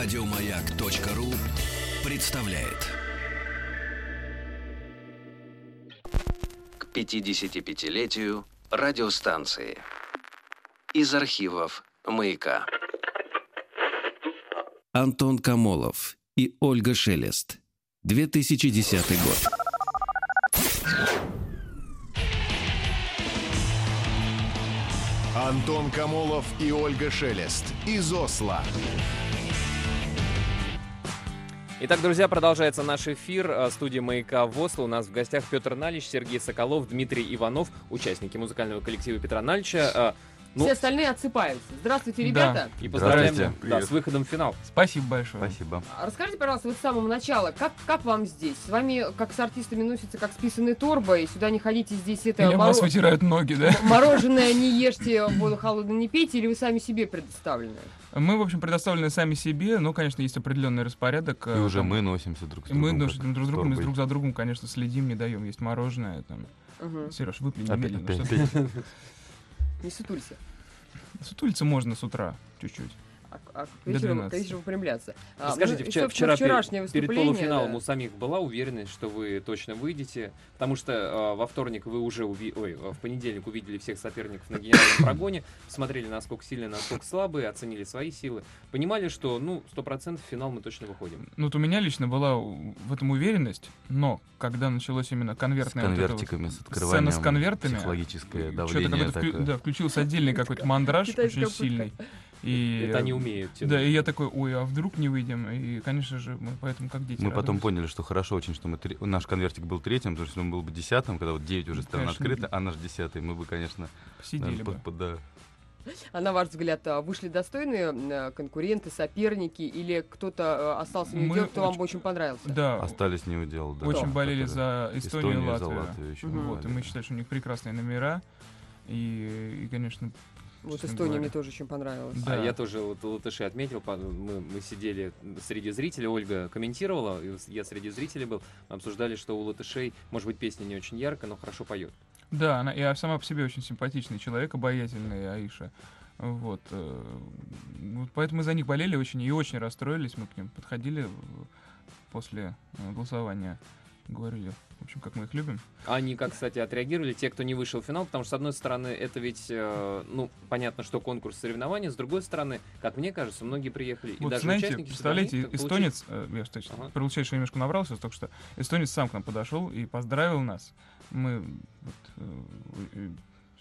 Радиомаяк.ру представляет. К 55-летию радиостанции. Из архивов «Маяка». Антон Камолов и Ольга Шелест. 2010 год. Антон Камолов и Ольга Шелест из Осло. Итак, друзья, продолжается наш эфир. Э, Студия «Маяка» в Осло. У нас в гостях Петр Налич, Сергей Соколов, Дмитрий Иванов, участники музыкального коллектива Петра Налича. Э, Ну- Все остальные отсыпаемся. Здравствуйте, Да. ребята. И поздравляем Здравствуйте. да, с выходом в финал. Спасибо большое. Спасибо. А Расскажите, пожалуйста, вот с самого начала, как, как вам здесь? С вами, как с артистами, носятся, как списанные торбой. Сюда не ходите, здесь это... Или у вас моро- вытирают ноги, да? Мороженое не ешьте, воду холодную не пейте, или вы сами себе предоставлены? Мы, в общем, предоставлены сами себе, но, конечно, есть определенный распорядок. И уже мы носимся друг с другом. Э, Мы как нож- друг с другом, и торбой. друг за другом, конечно, следим, не даем. Есть мороженое, там. Мгм. Сереж, выпли Опять, немедленно. опять, что опять. Не сутулься. ты. Сутулиться можно с утра чуть-чуть. А, а к До вечеру, к 12. вечеру выпрямляться. А, Расскажите, ну и, вчера, собственно, вчера вчерашнее перед, перед выступление, полуфиналом да. у самих была уверенность, что вы точно выйдете, потому что э, во вторник вы уже уви- ой, э, в понедельник увидели всех соперников на генеральном прогоне, смотрели, насколько сильные, насколько слабые, оценили свои силы, понимали, что ну сто процентов в финал мы точно выходим. Ну, вот у меня лично была у- в этом уверенность, но когда началось именно С конвертное... вот это вот- конвертиками, с сцена открыванием. с конвертами. Психологическое Чё-то давление какой-то вклю- такое. Да, включился отдельный какой-то мандраж Китайская очень пытка. сильный. И... Это они умеют. тянуть. Да, и я такой, ой, а вдруг не выйдем? И, конечно же, мы поэтому как дети Мы потом радовались. поняли, что хорошо очень, что мы три- наш конвертик был третьим, потому что он был бы десятым, когда вот 9 уже страна Ну, Конечно. открыта, а наш десятый, мы бы, конечно, наверное, Сидели бы. под- под- да. А на ваш взгляд, а, вышли достойные м, а, конкуренты, соперники, или кто-то э, остался Мы неудел, кто вам очень- бы очень понравился? Да, остались не удел. Да, А, очень болели которые- за Эстонию и Эстонию, за Латвию. Латвию еще Мгм. Вот, и мы болели. считаем, что у них прекрасные номера. И, и, конечно, Вот честно Эстония говоря. мне тоже очень понравилась. Да. А я тоже вот латыши отметил, по- мы, мы сидели среди зрителей, Ольга комментировала, и с- я среди зрителей был, мы обсуждали, что у латышей, может быть, песня не очень ярко, но хорошо поет. да, она и сама по себе очень симпатичный человек, обаятельный Аиша. Вот, э, вот поэтому мы за них болели очень и очень расстроились. Мы к ним подходили э, после э, голосования, говорили, в общем, как мы их любим. Они, как, кстати, отреагировали, те, кто не вышел в финал, потому что, с одной стороны, это ведь, э, ну, понятно, что конкурс соревнования, с другой стороны, как мне кажется, многие приехали, и Вот даже знаете, участники... сюда представляете, они, как получилось- эстонец, э, я что, Ага. про лучайшего немножко набрался только что, эстонец сам к нам подошел и поздравил нас. Мы, вот, э, э,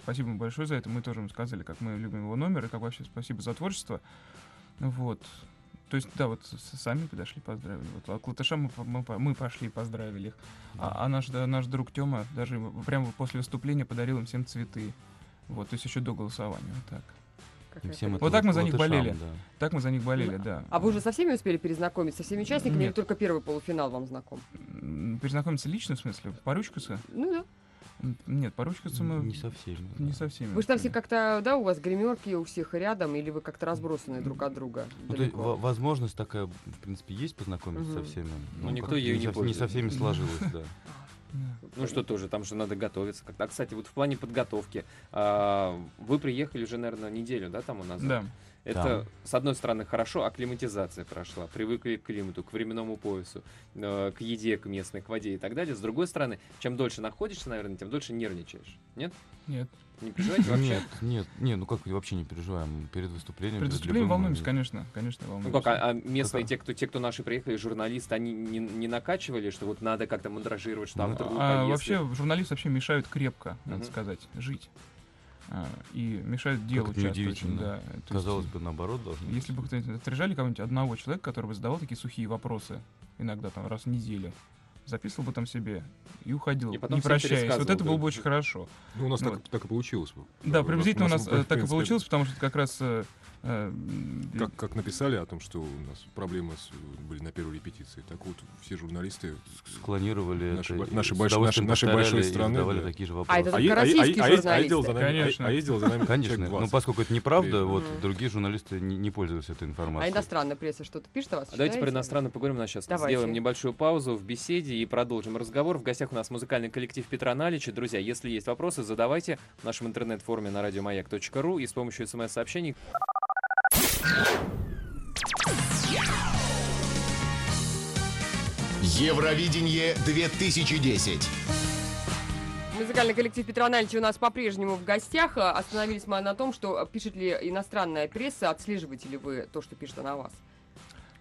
спасибо ему большое за это, мы тоже ему сказали, как мы любим его номер и как вообще спасибо за творчество. Вот. То есть, да, вот с- сами подошли, поздравили. Вот, а к латышам мы, по- мы, по- мы пошли и поздравили их. А, а наш, да, наш друг Тёма даже им- прямо вот после выступления подарил им всем цветы. Вот, то есть еще до голосования. Вот так. Какая И всем это Вот так мы за них латышам, болели. да. Так мы за них Ну, болели, да. А вы уже со всеми успели перезнакомиться, со всеми участниками, или Нет. только первый полуфинал вам знаком? М, Перезнакомиться лично, в смысле? Поручкаться? Ну да. М, Нет, поручкаться мы Не со всеми. не да. со всеми. Вы же там все успели. как-то, да, у вас гримерки у всех рядом, или вы как-то разбросаны друг от друга? Ну, то есть, далеко? во- возможность такая, в принципе, есть познакомиться со Мгм. всеми. Ну, никто как-то ею не со- Не пользуется. со всеми сложилось, да. Да. Ну что тоже, там же надо готовиться как-то. А, кстати, вот в плане подготовки, а, вы приехали уже, наверное, неделю, да, там у нас? Да. Это, с одной стороны, хорошо, акклиматизация прошла, привыкли к климату, к временному поясу, э, к еде, к местной, к воде и так далее. С другой стороны, чем дольше находишься, наверное, тем дольше нервничаешь. Нет? Нет. Не переживайте вообще. Нет, нет, не, ну как вообще не переживаем перед выступлением. Перед перед выступлением любым волнуемся, моментом. конечно. Конечно, Ну волнуемся. как, а, а местные, Как- те кто, те, кто наши приехали, журналисты, они не, не накачивали, что вот надо как-то мандражировать, что а Ну, вдруг, А, а если? вообще, журналисты вообще мешают крепко, надо Мгм. сказать, жить. А, и мешают делу это часто очень, неудивительно. да. То есть, Казалось бы, наоборот должно. Если бы кто-нибудь отрежали кого-нибудь одного человека, который бы задавал такие сухие вопросы, иногда там раз в неделю, записывал бы там себе и уходил, И потом не всем прощаясь. Вот пересказывал, это было да. бы очень хорошо. Ну, у нас так, Вот. так и получилось. бы. Да, у нас- приблизительно у нас в э, так и принципе, получилось, потому что как раз э, э, м, Как, как написали о том, что у нас проблемы с- были на первой репетиции, так вот все журналисты... склонировали Наши это бо- и наши с большие- удовольствием наши- наши повторяли большие и страны, задавали да. такие же А это вопросы. так е- российские а е- а ездил журналисты. за нами, а- Конечно. а ездил за нами Конечно, человек ну 20. поскольку это неправда, вот Мгм. другие журналисты не, не пользуются этой А информацией. иностранная пресса что-то пишет о вас? А Давайте про читаете? иностранно поговорим на сейчас. Давайте. Сделаем небольшую паузу в беседе и продолжим разговор. В гостях у нас музыкальный коллектив Петра Налича. Друзья, если есть вопросы, задавайте в нашем интернет-форуме на радиомаяк.ру и с помощью смс-сообщений Евровидение 2010. Музыкальный коллектив Петра Нальча у нас по-прежнему в гостях. А, Остановились мы на том, что а, пишет ли иностранная пресса, отслеживаете ли вы то, что пишет она о вас.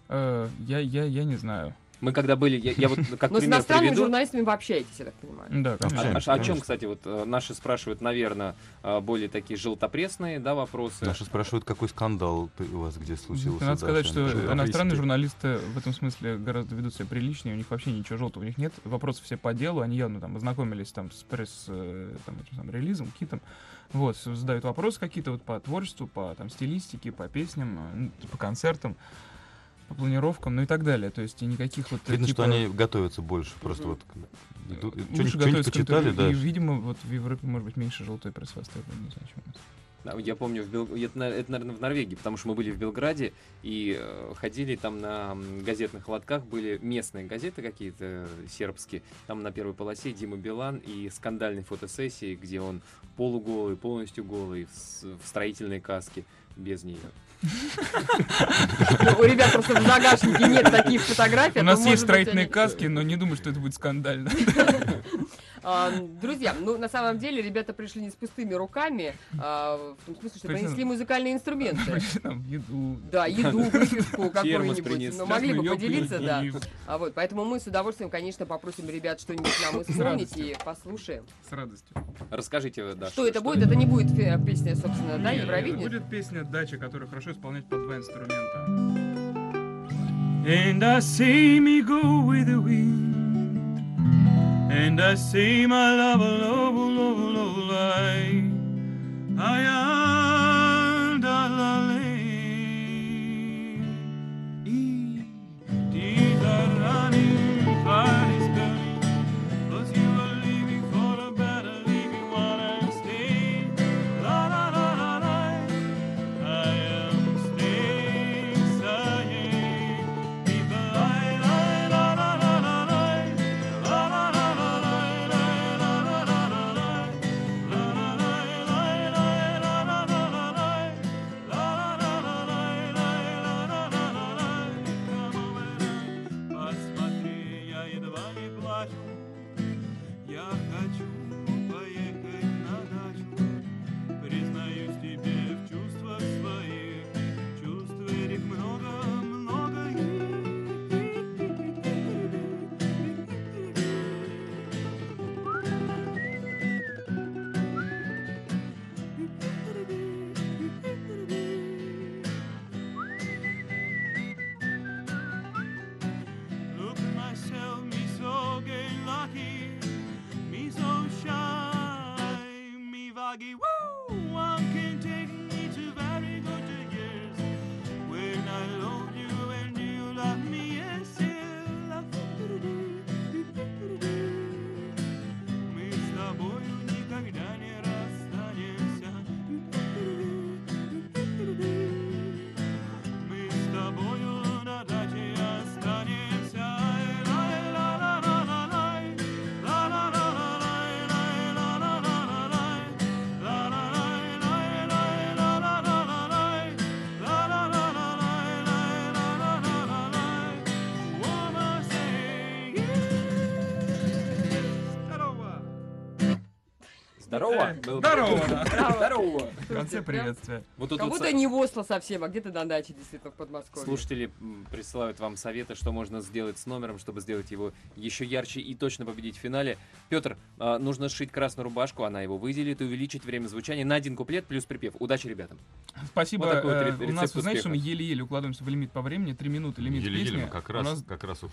Э, я, я, я не знаю. Мы когда были, я, я вот как Но Ну, с пример иностранными приведу. журналистами вы общаетесь, я так понимаю. Да, А- конечно. а- Конечно, о чем, конечно. кстати, вот э, наши спрашивают, наверное, э, более такие желтопресные, да, вопросы. Наши спрашивают, какой скандал ты- у вас где случился. Надо сказать, Даша? что Например, иностранные принципе. журналисты в этом смысле гораздо ведут себя приличнее, у них вообще ничего желтого у них нет. Вопросы все по делу, они явно там ознакомились там с пресс э, там, этим самым релизом, китом. Вот, с- задают вопросы какие-то вот по творчеству, по там стилистике, по песням, э, ну, по концертам, по планировкам, ну и так далее. То есть и никаких вот э, Видно, типа, что они готовятся больше, просто Мгм. вот к- идут, э, что-нибудь лучше готовятся к почитали, интервью. да. И, видимо, вот в Европе, может быть, меньше желтой пресс востребована, не знаю, чем у нас. Да, Я помню, в Бел- это, на- это, наверное, в Норвегии, потому что мы были в Белграде и э, ходили там на м, газетных лотках, были местные газеты какие-то э, сербские, там на первой полосе Дима Билан и скандальной фотосессии, где он полуголый, полностью голый, в, с- в строительной каске, без нее. Ну, У ребят просто в загашнике нет таких фотографий. а то, У нас может есть быть, строительные они- каски, но не думаю, что это будет скандально. А, Друзья, ну на самом деле ребята пришли не с пустыми руками, а, в том смысле, что Причем- принесли музыкальные инструменты. Там еду, Да, еду, выпивку какую-нибудь. принесли. Ну, могли бы Шашлык, поделиться, и- да. и А вот, поэтому мы с удовольствием, конечно, попросим ребят что-нибудь нам исполнить и послушаем. С радостью. Расскажите, да, Что это будет? Это не будет фе- песня, собственно, да, Нет, Евровидение? Будет песня «Дача», которую хорошо исполнять под два инструмента. And I see me go with the wind And I see my love, love, love, love, lie I am the lily Die da running, fire is burning Cause you are leaving for a better living while I'm staying La la la la la I am staying, staying. People, I, I, la, la, la, la, la. La, la, la, la, la, la, la, la, la, la. La, la, la, la, la, la, la, la, la, la. La, la, la, la, la, la, la, la, la, la. Кому меня? Посмотри, я едва не плачу. Я хочу поехать на дачу. Признаюсь тебе в чувствах своих Чувств этих много-много Look at myself, me so gay lucky me so shy, me vaggy woo. One can take me to very good years when I love you and you love me yes, still. Мы с тобою никогда не расстанемся. Мы с тобою на даче останемся. Ай-лай-ла-ла-ла-лай. Здорово! Было здорово, бы- да. Здорово! В конце приветствия. Вот тут Как вот будто со- не в Осло совсем, а где-то на даче, действительно, в Подмосковье. слушатели м, присылают вам советы, что можно сделать с номером, чтобы сделать его еще ярче и точно победить в финале. Петр, а, нужно сшить красную рубашку, она его выделит и увеличить время звучания на один куплет плюс припев. Удачи ребятам! Спасибо. Вот такой вот Э, рецепт у нас, вы знаете, что успеха. мы еле-еле укладываемся в лимит по времени. Три минуты лимит Еле-еле, песни. мы как У раз, нас- как раз как раз. Ну,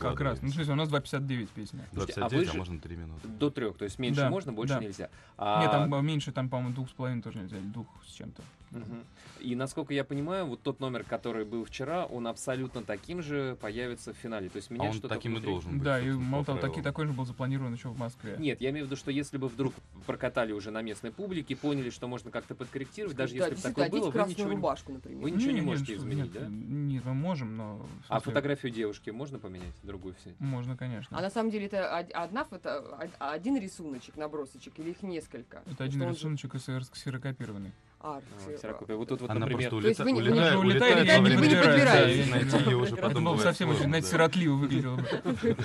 укладываемся. то есть у нас 2,59 песня. Слушайте, а 29, вы а, же- можно 3 минуты. До трех, то есть меньше Да, можно, больше да. нельзя. А, Нет, там э, меньше, там, по-моему, двух с половиной тоже нельзя, или двух с чем-то. мгм. И насколько я понимаю, вот тот номер, который был вчера, он абсолютно таким же появится в финале. То есть А меня он что-то таким и внутри- должен быть. Да, и собственно, мало по того, таки- правилам. такой же был запланирован еще в Москве. Нет, я имею в виду, что если бы вдруг прокатали уже на местной публике, поняли, что можно как-то подкорректировать, даже Да, если бы действительно, такое было, одеть вы красную ничего не... рубашку, например. Вы ничего не Не-не-не, можете ну что вы, изменить, нет, да? Нет, мы можем, но... в А смысле, фотографию девушки можно поменять, другую все? Можно, конечно. А на самом деле это од- одна фото, од- один рисуночек, набросочек, или их несколько? Это один Что он- рисуночек и сфер- ксерокопированный. А, А, Арти- Ксерокопия. Вот тут вот, Она например, просто То есть улета- вы не- вы не- улетает, вы не улетает подбираете, во время вы не операции, подбираете. найти ее уже Это потом было бы бывает совсем очень, сложно, знаете, да. сиротливо выглядело бы.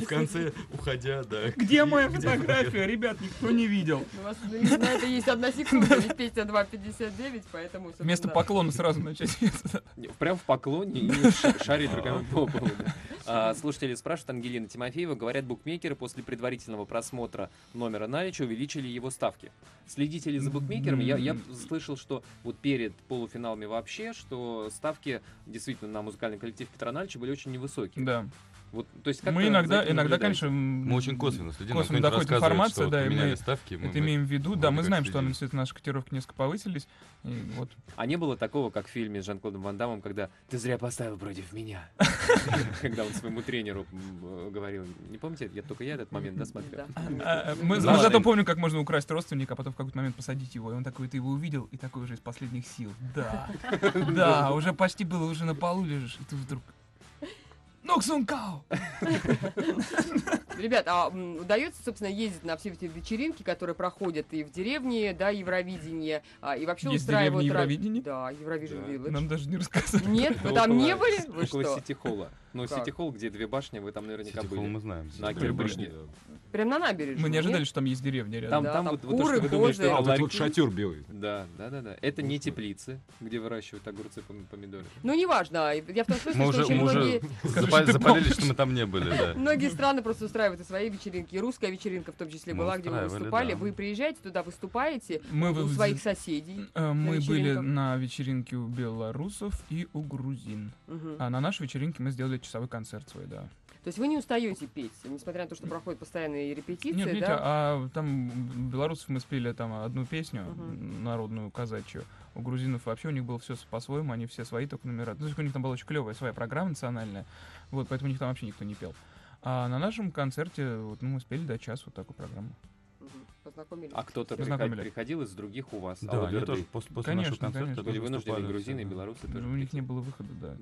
В конце, уходя, да. Где моя фотография? Ребят, никто не видел. У вас ну, на это есть одна секунда, ведь песня 2.59, поэтому... собственно, Вместо да. поклона сразу начать. Не, Прям в поклоне и ш- шарит руками по полу. да. А, Слушатели спрашивают, Ангелина Тимофеева, говорят, букмекеры после предварительного просмотра номера Налича увеличили его ставки. Следите ли за букмекерами? Я, я слышал, что вот перед полуфиналами вообще, что ставки действительно на музыкальный коллектив Петра Налича были очень невысокие. Да. Вот, то есть как Мы вы за иногда, этим иногда, наблюдаете? конечно... м, Мы очень косвенно следим. нам Косвенно кто-нибудь доходит рассказывает, информация, что да, и поменяли мы ставки. мы- Это мы- имеем в виду, мы да, мы как знаем, что следим. действительно наши котировки несколько повысились. И вот. А не было такого, как в фильме с Жан-Клодом Ван Даммом, когда «ты зря поставил против меня», когда он своему тренеру м, э, говорил. Не помните? Я только я этот момент, да, смотрел? Да. Ну, А, а, мы, Да мы зато ладно. помним, как можно украсть родственника, а потом в какой-то момент посадить его. И он такой, ты его увидел, и такой уже из последних сил. Да, да, уже почти было, уже на полу лежишь, и ты вдруг... Ноксун Као! Ребят, а м, удается, собственно, ездить на все эти вечеринки, которые проходят и в деревне, да, Евровидение, а, и вообще Есть устраивают... деревня ра- Евровидение? Да, Eurovision Village. Нам даже не рассказали. Нет, вы Это там около- не были? Вы Около что? Сити-холла. Ну, Как? Сити-холл, где две башни, вы там наверняка Сити Холл были. мы знаем. На Да, Кирбриджне. башни, да. Прям на набережной? Мы не ожидали, нет? что там есть деревня Там, рядом. Да, там, там вот, вот то, что куры, вы думали, что козы. А это вот Ларьки. этот вот шатер белый. Да, да, да, да. Это не Господи. теплицы, где выращивают огурцы пом- помидоры. Ну, неважно. Я в том смысле, Мы что уже, очень мы уже многие... запа- запалили, что мы там не были, да. Многие страны просто устраивают и свои вечеринки. И русская вечеринка в том числе Мы была, где вы устраивали, выступали. да. Вы приезжаете туда, выступаете Мы у в- своих соседей. э, Мы были вечеринках. на вечеринке у белорусов и у грузин. Мгм. А на нашей вечеринке мы сделали часовой концерт свой, да. То есть вы не устаете петь, несмотря на то, что проходят постоянные репетиции, Нет, видите, да? а там белорусов мы спели там одну песню Мгм. народную казачью. У грузинов вообще у них было все по-своему, они все свои только номера. Ну, у них там была очень клевая своя программа национальная, вот поэтому у них там вообще никто не пел. А на нашем концерте вот, ну, мы спели до часа вот такую программу. Мгм. Познакомились. А кто-то Всё. приход- Познакомили. приходил из других у вас. а Да, они алаберды. тоже пос- после Конечно, нашего концерта конечно. тоже Были вынуждены выступали. грузины и белорусы тоже. Ну, у них не было выхода, да.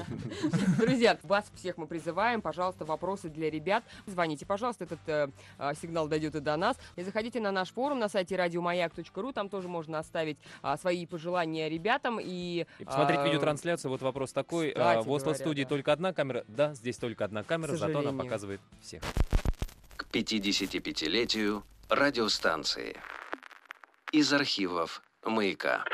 Друзья, вас всех мы призываем. Пожалуйста, вопросы для ребят. Звоните, пожалуйста, этот э, а, сигнал дойдет и до нас. И заходите на наш форум на сайте радиомаяк.ру. Там тоже можно оставить а, свои пожелания ребятам. И, И посмотреть а, видеотрансляцию, вот вопрос такой. кстати а, в Осло говоря, студии да. только одна камера. Да, здесь только одна камера, К зато она сожалению. показывает всех. к 55-летию радиостанции. Из архивов «Маяка».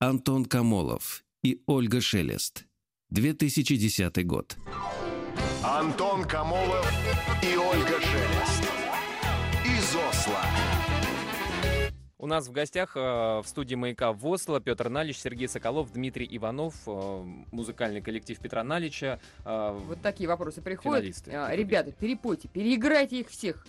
Антон Камолов и Ольга Шелест. 2010 год. Антон Камолов и Ольга Шелест. Из Осло. У нас в гостях э, в студии «Маяка» в Осло Петр Налич, Сергей Соколов, Дмитрий Иванов, э, музыкальный коллектив Петра Налича. э, Вот такие вопросы приходят. Финалисты. А, Ребята, перепойте, переиграйте их всех.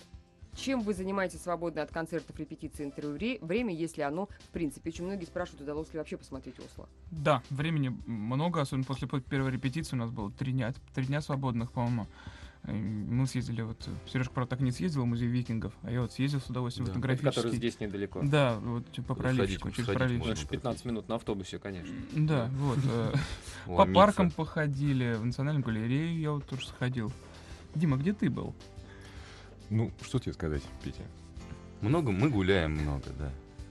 Чем вы занимаетесь свободно от концертов, репетиций, интервью вре- время, если оно, в принципе, очень многие спрашивают, а удалось ли вообще посмотреть Осло? Да, времени много, особенно после п- первой репетиции у нас было три дня, три дня свободных, по-моему. Э, Мы съездили, вот Сережка, правда, так и не съездил в музей викингов, а я вот съездил с удовольствием Да. в вот, который этнографический. здесь недалеко. Да, вот типа, по Куда сходить, проливчику, куда через сходить Ну, проливчик. это же 15 минут на автобусе, конечно. Да, вот. э, По Ломиться. паркам походили, в Национальную галерею я вот тоже сходил. Дима, где ты был? Ну, что тебе сказать, Петя? Много, мы гуляем много, да.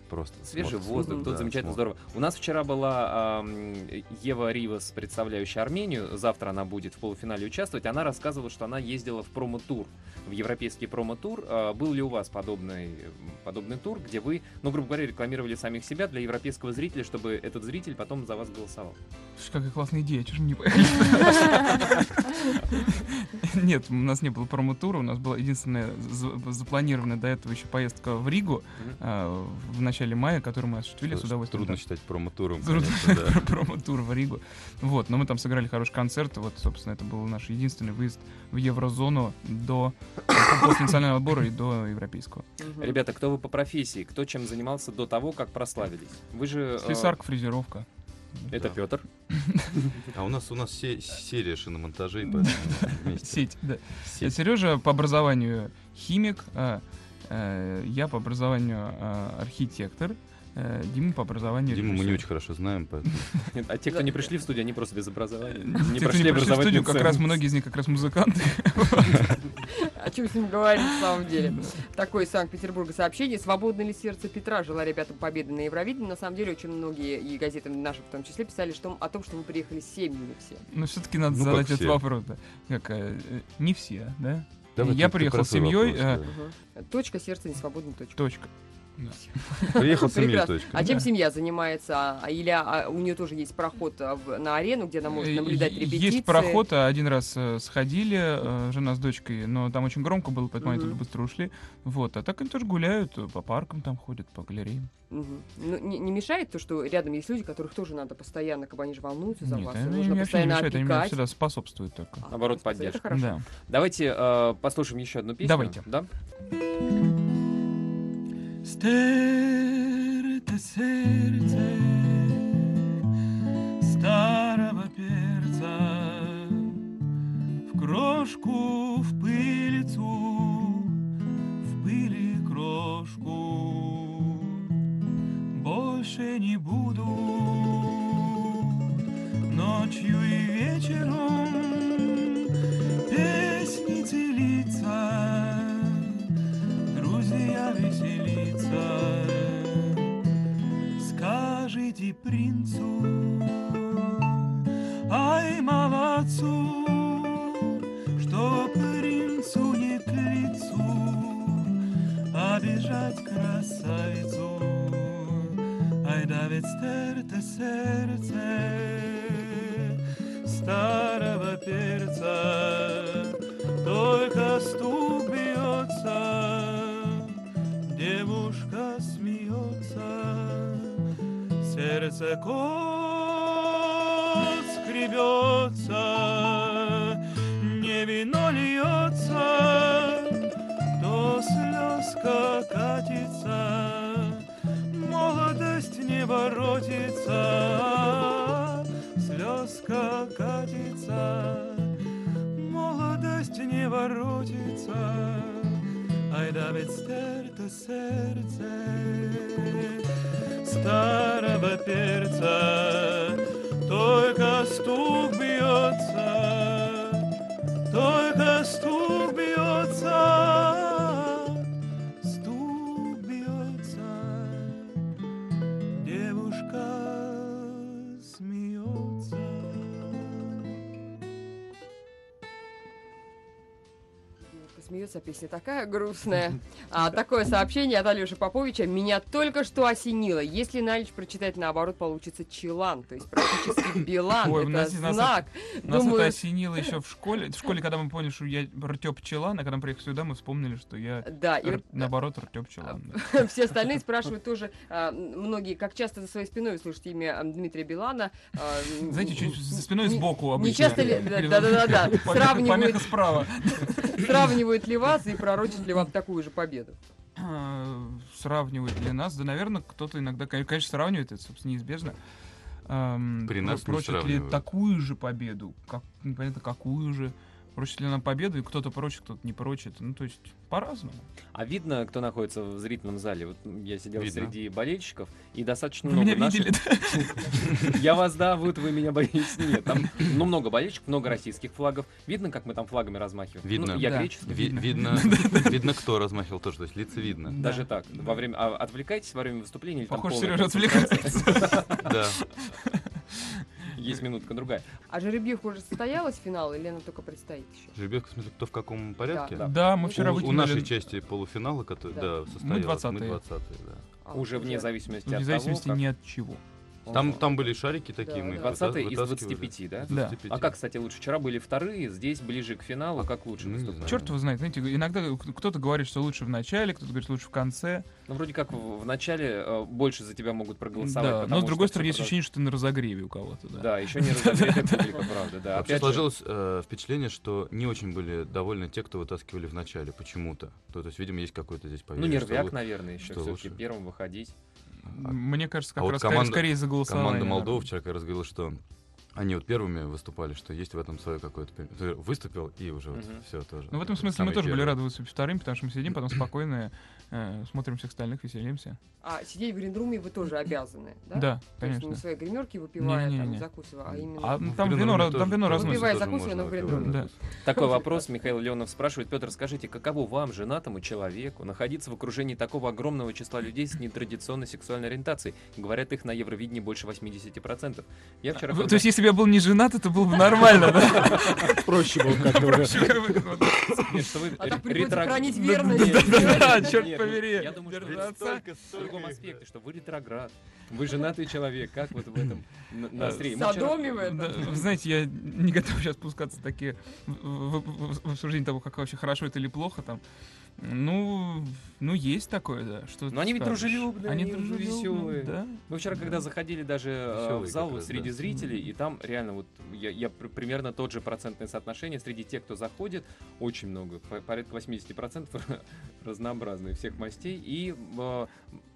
Просто. Свежий смотрим, воздух, Ну смотрим, тут да, замечательно, смотрим. здорово. У нас вчера была ам, Ева Ривас, представляющая Армению. Завтра она будет в полуфинале участвовать. Она рассказывала, что она ездила в промо-тур, в европейский промо-тур. А, был ли у вас подобный, м, подобный тур, где вы, ну, грубо говоря, рекламировали самих себя для европейского зрителя, чтобы этот зритель потом за вас голосовал? Слушай, какая классная идея, чего же мы не поехали? Нет, у нас не было промо-тура, у нас была единственная за- запланированная до этого еще поездка в Ригу Мгм. а, в начале мая, которую мы осуществили с Что удовольствием. Трудно считать промо-туром, Трудно. конечно, да. Про- промо-тур в Ригу. Вот, но мы там сыграли хороший концерт. Вот, собственно, это был наш единственный выезд в еврозону до после национального отбора и до европейского. Мгм. Ребята, кто вы по профессии? Кто чем занимался до того, как прославились? Вы же... э, Слесарка, фрезеровка. Это Да. Петр. А у нас у нас се- серия шиномонтажей, поэтому э, вместе. Сеть, да. Сеть. Сережа Э, по образованию химик, а, э, я по образованию а, архитектор. Э, Дима по образованию Диму мы не режиссер. очень хорошо знаем, поэтому... Нет, а те, кто не пришли в студию, они просто без образования. Не Те, кто прошли не пришли в студию, образовательный как раз ценз. многие из них как раз музыканты. О чем с ним говорить, на самом деле. Такое из Санкт-Петербурга сообщение. Свободно ли сердце Петра? Жила ребятам победы на Евровидении. На самом деле, очень многие и газеты наши в том числе писали что, о том, что мы приехали с семьями все. Но все-таки надо Ну, как задать этот все. вопрос. да. Как, э, э, не все, да? Да, вот Я это приехал с простой семьей, э, вопрос, Мгм. Точка сердца, не свободная точка. Точка. да. Приехал с семьей, Прекрасно. точка. А чем да. семья занимается? А- а Или а, у нее тоже есть проход а, в- на арену, где она может Э, наблюдать е- репетиции? Есть проход, а один раз э, сходили, э, жена с дочкой, но там очень громко было, поэтому они Мгм. туда быстро ушли. Вот, а так они тоже гуляют, э, по паркам там ходят, по галереям. Мгм. Ну, не, не мешает то, что рядом есть люди, которых тоже надо постоянно, как бы они же волнуются за Нет, вас, и они нужно мне вообще не постоянно мешают, они мне опекать. всегда способствуют только. А, Наоборот, это- это поддержка. хорошо. Да. Давайте э, послушаем еще одну песню. Давайте. Да? Стерте сердце старого перца В крошку, в пылицу, в пыли крошку Больше не буду ночью и вечером Песни делиться друзья веселиться. Скажите принцу, ай, молодцу, что принцу не к лицу обижать красавицу. Ай, да ведь стерте сердце старого перца, только стук бьется, девушка смеется, сердце кот скребется, не вино льется, то слезка катится, молодость не воротится, слезка катится. Молодость не воротится, ай да ведь стерто сердце старого перца. Только стук бьется, только стук бьется, стук бьется. Девушка смеется. Девушка Смеется, а песня такая грустная. А, такое сообщение от Алеши Поповича. Меня только что осенило. Если на ночь прочитать наоборот, получится челан, то есть практически билан. Ой, это у нас здесь нас знак. Нас Думаю- это осенило еще в школе. В школе, когда мы поняли, что я ртё пчела, а когда мы приехали сюда, мы вспомнили, что я Да, и р- вот э, а, наоборот ртё пчела. все остальные спрашивают тоже, а, м, многие, как часто за своей спиной вы слышите имя а, Дмитрия Билана. а, м, Знаете, чуть за спиной не- сбоку обычно. Не часто ли... Или Да-да-да, помеха- сравнивают, Помеха справа. сравнивают ли вас и пророчат ли вам такую же победу. э, сравнивает ли нас? Да, наверное, кто-то иногда, кон- конечно, сравнивает, это, собственно, неизбежно. Эм, При нас не прочит ли сравнивают. такую же победу? Как, непонятно, какую же. Прочит ли нам победу, и кто-то прочит, кто-то не прочит. Ну, то есть, по-разному. А видно, кто находится в зрительном зале. Вот я сидел Видно. среди болельщиков, и достаточно Вы много меня наших- видели, Я вас, да, вот вы меня боитесь. Нет, там ну, много болельщиков, много российских флагов. Видно, как мы там флагами размахиваем? Видно. Ну, я Да. греческий. Ви- Видно, видно, кто размахивал тоже, то есть лица видно. Да. Даже так. Во время, а отвлекайтесь во время выступления? или там Похоже, полная Сережа концентрация? Да. Есть минутка другая. А жеребьевка уже состоялась финал или она только предстоит еще? Жеребьевка, в смысле, кто в каком порядке? Ну, да? Да. Да, мы У- вчера у, у выкинули... нашей части полуфинала, который, Да. да, состоялось, мы 20-е. 20-е, да. А, Уже вне зависимости Вне от зависимости того, ни от чего. как... Там, там были шарики такие, Да, мы их да. 20 из вытаскивали. 25, да? Да. 25. А как, кстати, лучше? Вчера были вторые, здесь ближе к финалу, А как лучше Ну, не выступать? знаю. Черт его знает, знаете, иногда к- кто-то говорит, что лучше в начале, кто-то говорит, что лучше в конце. Ну, вроде как в, в начале э, больше за тебя могут проголосовать. Да, но потому с другой что стороны, есть всё ощущение, что ты на разогреве у кого-то, продаж- да. Да, еще не разогретая публика, правда, да. Вообще Опять же, сложилось э, впечатление, что не очень были довольны те, кто вытаскивали в начале, почему-то. То, то есть, видимо, есть какой-то здесь Ну, поверье. что нервяк, вот наверное, еще что все-таки лучше? первым выходить. А- Мне кажется, а как вот раз скорее- команда- скорее за голосование. Команда Молдовы наверное. вчера как раз говорила, что Они вот первыми выступали, что есть в этом свое какое-то... пер- Ты выступил и уже вот Мгм. все тоже. Ну, в этом смысле мы тоже были рады выступить вторым, потому что мы сидим потом спокойно, э, смотрим всех остальных, веселимся. А сидеть в гриндруме вы тоже обязаны, да? Да, То есть не конечно. в своей гримерке выпивая, там, Не-не-не. закусывая, а именно... А, ну, там вино, раз- там вино разносится. Выпивая закусывай, но в гриндруме. Такой вопрос Михаил Леонов спрашивает. Петр, скажите, каково вам, женатому человеку, находиться в окружении такого огромного числа людей с нетрадиционной сексуальной ориентацией? Говорят, их на Евровидении больше 80%. Я вчера... А, То есть, если бы я был не женат, это было бы нормально, да? Проще было как-то уже. Проще, как бы, вот. Нет, что вы А так ре- приходится ретрог- хранить Да, верность. да, да, да, Нет, черт нет, побери, Я думаю, что это держаться. столько- в другом аспекте, что вы ретроград, вы женатый человек, как вот в этом Э, на- настроении? Мы вчера- Содоми в Да, этом. вы знаете, я не готов сейчас пускаться в такие в, в- в- в обсуждение того, как вообще хорошо это или плохо там. Ну, ну есть такое, да. Что Но они ведь скажешь. дружелюбные, они они дружелюбные, веселые. да. Мы вчера, когда заходили даже э, в Весёлые зал как вот раз, среди да. зрителей, и там реально вот я, я при- примерно тот же процентное соотношение среди тех, кто заходит, очень много, по- порядка 80% разнообразные всех мастей. И э,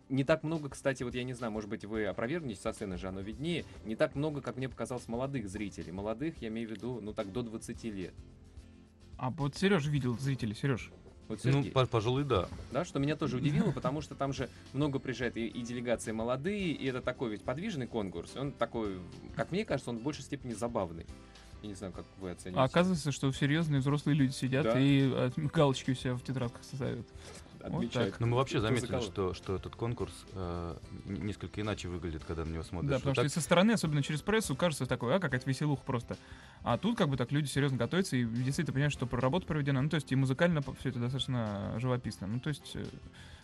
не так много, кстати, вот я не знаю, может быть, вы опровергнете, со сцены же оно виднее, не так много, как мне показалось, молодых зрителей. Молодых, я имею в виду, ну так, до 20 лет. А вот Сереж видел А зрителей, Сереж. Вот Ну, Сергей. по- пожалуй, да. да, что меня тоже удивило, потому что там же много приезжает и, и делегации молодые, и это такой ведь подвижный конкурс, и он такой, как мне кажется, он в большей степени забавный. Я не знаю, как вы оцените. А оказывается, что серьезные взрослые люди сидят Да. и э, галочки у себя в тетрадках составят. Отмечают. так. Но Ну, мы вообще Кто заметили, заколол. что, что этот конкурс э, н- несколько иначе выглядит, когда на него смотришь. да, Вот потому что так- со стороны, особенно через прессу, кажется такое, а какая-то веселуха просто. А тут как бы так люди серьезно готовятся и действительно понимают, что про работа проведена. Ну, то есть и музыкально все это достаточно живописно. Ну, то есть э,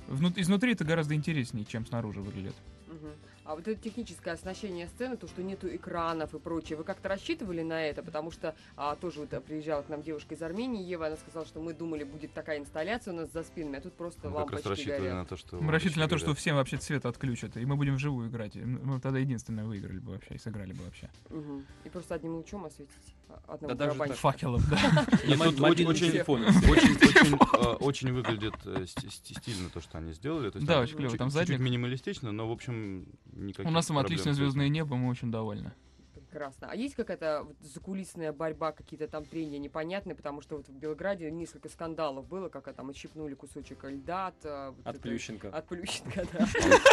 внут- изнутри это гораздо интереснее, чем снаружи выглядит. Мгм. А вот это техническое оснащение сцены, то, что нету экранов и прочее, вы как-то рассчитывали на это? Потому что а, тоже вот а, приезжала к нам девушка из Армении, Ева, она сказала, что мы думали, будет такая инсталляция у нас за спинами, а тут Ну, просто мы как раз лампочки рассчитывали горят. на то, что... Мы рассчитывали на то, лампочки что горят. всем вообще цвет отключат, и мы будем вживую играть. И м- Мы тогда единственное выиграли бы вообще и сыграли бы вообще. Мгм. И просто одним лучом осветить а, одного Да даже барабанщика. Факелом, да. И Нет, тут мобильный очень- очень- телефон. Очень, очень, э, очень выглядит э, сти- сти- стильно то, что они сделали. То есть Да, там очень клево. чуть- Там Чуть задник. минималистично, но, в общем, никаких У нас там проблем отличное с этим. звездное небо, мы очень довольны. Прекрасно. А есть какая-то вот закулисная борьба, какие-то там трения непонятные, потому что вот в Белграде несколько скандалов было, как а, там отщипнули кусочек льда от... а, вот От этой- Плющенко. От Плющенко, да.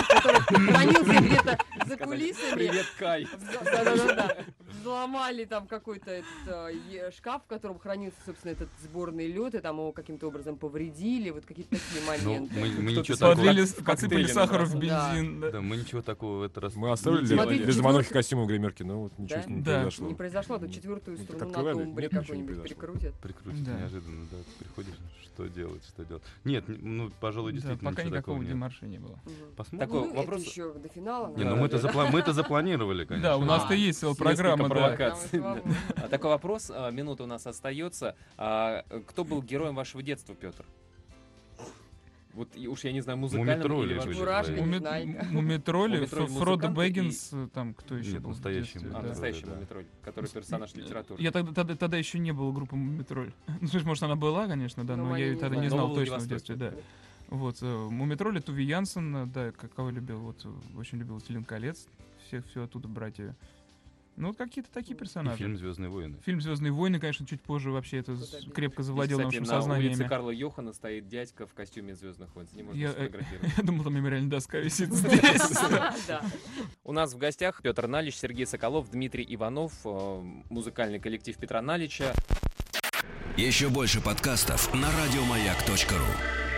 Который хранился где-то за кулисами. Привет, Кай. Вза- Да-да-да. Взломали там какой-то этот, э, е- шкаф, в котором хранился, собственно, этот сборный лед, и там его каким-то образом повредили, вот какие-то такие Ну, моменты. мы, мы Кто-то ничего Подлили, Коктейли такого... подсыпали на сахара нас, в да. бензин. да. Да, мы ничего такого в этот раз... Мы оставили не для, Смотрите, для заманухи четвёртый- костюмы в гримерке, но ну вот ничего Да? с ним не Да. произошло. Не произошло, а то четвертую Ну, струну на открывали? домбре Нет, ничего не какой-нибудь произошло. прикрутят. Прикрутить Да. неожиданно, да. Ты приходишь, что делать, что делать. Нет, н- ну, пожалуй, Да, действительно Пока ничего никакого такого нет. демарша не было. Мгм. Посмотрим. Такой Ну, вопрос- это еще до финала. Не, ну наверное. мы это, запла- мы это запланировали, конечно. А, Да, у нас то есть целая Несколько программа, да. провокаций. Там и свободно. А Такой вопрос, а, минута у нас остается. А, Кто был героем вашего детства, Петр? Вот и уж я не знаю, музыкальным Мумитролли или были. вообще- Бурашки. У Мет- Незнайка. у Метроли, Метроли Фро- Фродо музыканты Бэггинс, э, там кто еще Нет, был в настоящий детстве, А, да. Мумитроль. настоящий Да. Мумитроль, который персонаж литературы. Я тогда, тогда, тогда еще не было группы Мумитроль. Ну, слушай, может, она была, конечно, да, Но но, мы я не ее тогда знаем. не Но знал было не точно в детстве, да. Вот, э, Мумитроли, Туви Янсен, э, да, к- кого любил, вот, э, очень любил «Телин колец», всех, все оттуда, братья. Ну, вот какие-то такие И персонажи. фильм «Звездные войны». Фильм «Звездные войны», конечно, чуть позже вообще это Куда с- без- крепко И, завладел кстати, нашим на улице сознанием. Карла Йохана стоит дядька в костюме Звездных войн. С ним можно Я, э, сфотографировать. Я думал, там мемориальная доска висит здесь. А, Да. У нас в гостях Петр Налич, Сергей Соколов, Дмитрий Иванов, э, музыкальный коллектив Петра Налича. Еще больше подкастов на радиомаяк.ру.